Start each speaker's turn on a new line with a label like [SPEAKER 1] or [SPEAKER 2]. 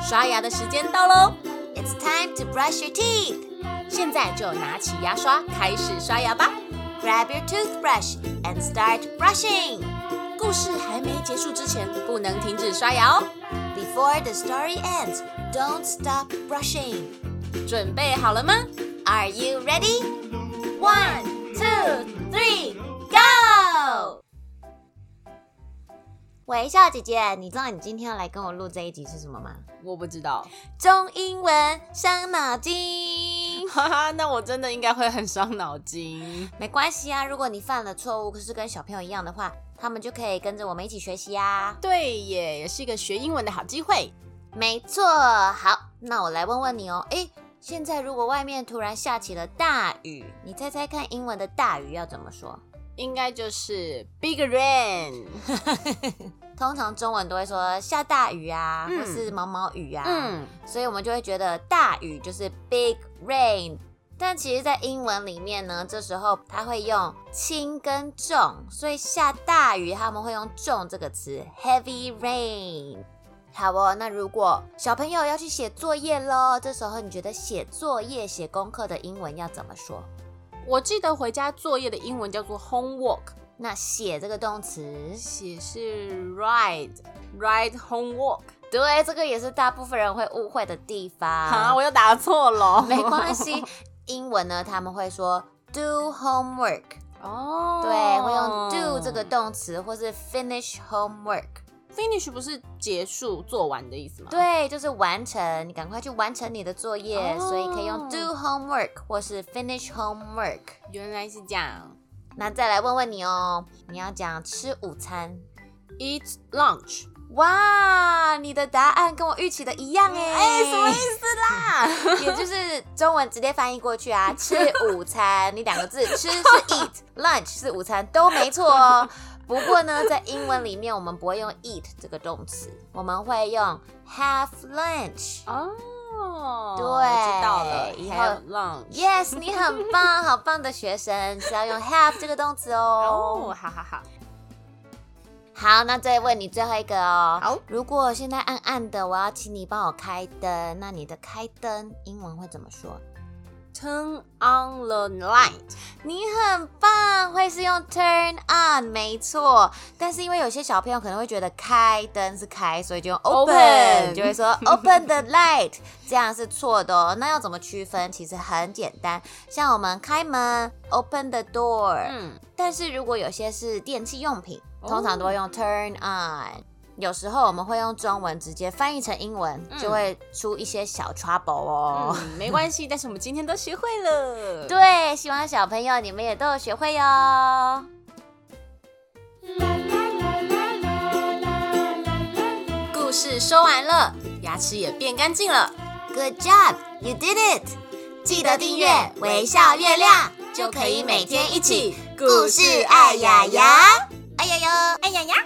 [SPEAKER 1] 刷牙的时间到喽！
[SPEAKER 2] It's time to brush your teeth.
[SPEAKER 1] 现在就拿起牙刷开始刷牙吧。
[SPEAKER 2] Grab your toothbrush and start brushing.
[SPEAKER 1] 故事还没结束之前，不能停止刷牙哦。
[SPEAKER 2] Before the story ends, don't stop brushing.
[SPEAKER 1] 准备好了吗？
[SPEAKER 2] Are you ready?
[SPEAKER 1] One,
[SPEAKER 2] two, three, go! 微笑姐姐，你知道你今天要来跟我录这一集是什么吗？
[SPEAKER 1] 我不知道，
[SPEAKER 2] 中英文伤脑筋。
[SPEAKER 1] 哈哈，那我真的应该会很伤脑筋。
[SPEAKER 2] 没关系啊，如果你犯了错误，可是跟小朋友一样的话，他们就可以跟着我们一起学习啊。
[SPEAKER 1] 对耶，也是一个学英文的好机会。
[SPEAKER 2] 没错，好，那我来问问你哦，诶，现在如果外面突然下起了大雨，你猜猜看英文的大雨要怎么说？
[SPEAKER 1] 应该就是 big rain。
[SPEAKER 2] 通常中文都会说下大雨啊，
[SPEAKER 1] 嗯
[SPEAKER 2] 或是毛毛雨啊，
[SPEAKER 1] 嗯，
[SPEAKER 2] 所以我们就会觉得大雨就是 big rain。但其实，在英文里面呢，这时候它会用轻跟重，所以下大雨他们会用重这个词 heavy rain。好哦，那如果小朋友要去写作业喽，这时候你觉得写作业、写功课的英文要怎么说？
[SPEAKER 1] 我记得回家作业的英文叫做 homework，
[SPEAKER 2] 那写这个动词
[SPEAKER 1] 写是 write，write homework。
[SPEAKER 2] 对，这个也是大部分人会误会的地方。
[SPEAKER 1] 啊，我又打错 了，
[SPEAKER 2] 没关。系。英文呢，他们会说 do homework，
[SPEAKER 1] 哦，
[SPEAKER 2] 对，会用 do 这个动词，或是 finish homework，
[SPEAKER 1] finish 不是结束做完的意思吗？，
[SPEAKER 2] 对，就是完成，你赶快去完成你的作业，
[SPEAKER 1] 哦
[SPEAKER 2] 所以可以用 do homework 或是 finish homework。
[SPEAKER 1] 原来是这样。
[SPEAKER 2] 那再来问问你哦，你要讲吃午餐，
[SPEAKER 1] Eat lunch，
[SPEAKER 2] 哇，你的答案跟我预期的一样哎，
[SPEAKER 1] 哎什么意
[SPEAKER 2] 思啦？ 也就是中文直接翻译过去 啊，吃午餐，你两个字 吃是 eat，lunch 是午餐都没错 哦。不过呢，在英文里面我们不会用 eat 这个动词，我们会用 have lunch。
[SPEAKER 1] 哦，
[SPEAKER 2] 对
[SPEAKER 1] 我知道了，
[SPEAKER 2] 以后
[SPEAKER 1] 还有 lunch。
[SPEAKER 2] Yes，你很棒，好棒的学生，是要用 have 这个动词哦。
[SPEAKER 1] 哦，好好好，
[SPEAKER 2] 好，那再问你最后一个哦。
[SPEAKER 1] 好
[SPEAKER 2] 如果现在暗暗的，我要请你帮我开灯，那你的开灯英文会怎么说？
[SPEAKER 1] ，turn on the light。
[SPEAKER 2] 你很棒，会是用 turn on，没错。但是因为有些小朋友可能会觉得开灯是开，所以就用 open，,
[SPEAKER 1] Open
[SPEAKER 2] 就会 说 open the light，这样是错的哦。那要怎么区分？其实很简单，像我们开门 open the door，、
[SPEAKER 1] 嗯，
[SPEAKER 2] 但是如果有些是电器用品，
[SPEAKER 1] 哦
[SPEAKER 2] 通常都会用 turn on。有时候我们会用中文直接翻译成英文，
[SPEAKER 1] 嗯
[SPEAKER 2] 就会出一些小 trouble 哦。
[SPEAKER 1] 嗯，没关系，但是我们今天都学会 了。
[SPEAKER 2] 对，希望小朋友你们也都有学会哦哟。
[SPEAKER 1] 故事说完了，牙齿也变干净了，
[SPEAKER 2] Good job, you did it！记得订阅《微笑月亮》，就可以每天一起故事爱雅雅。哎呀呀，哎呀呀！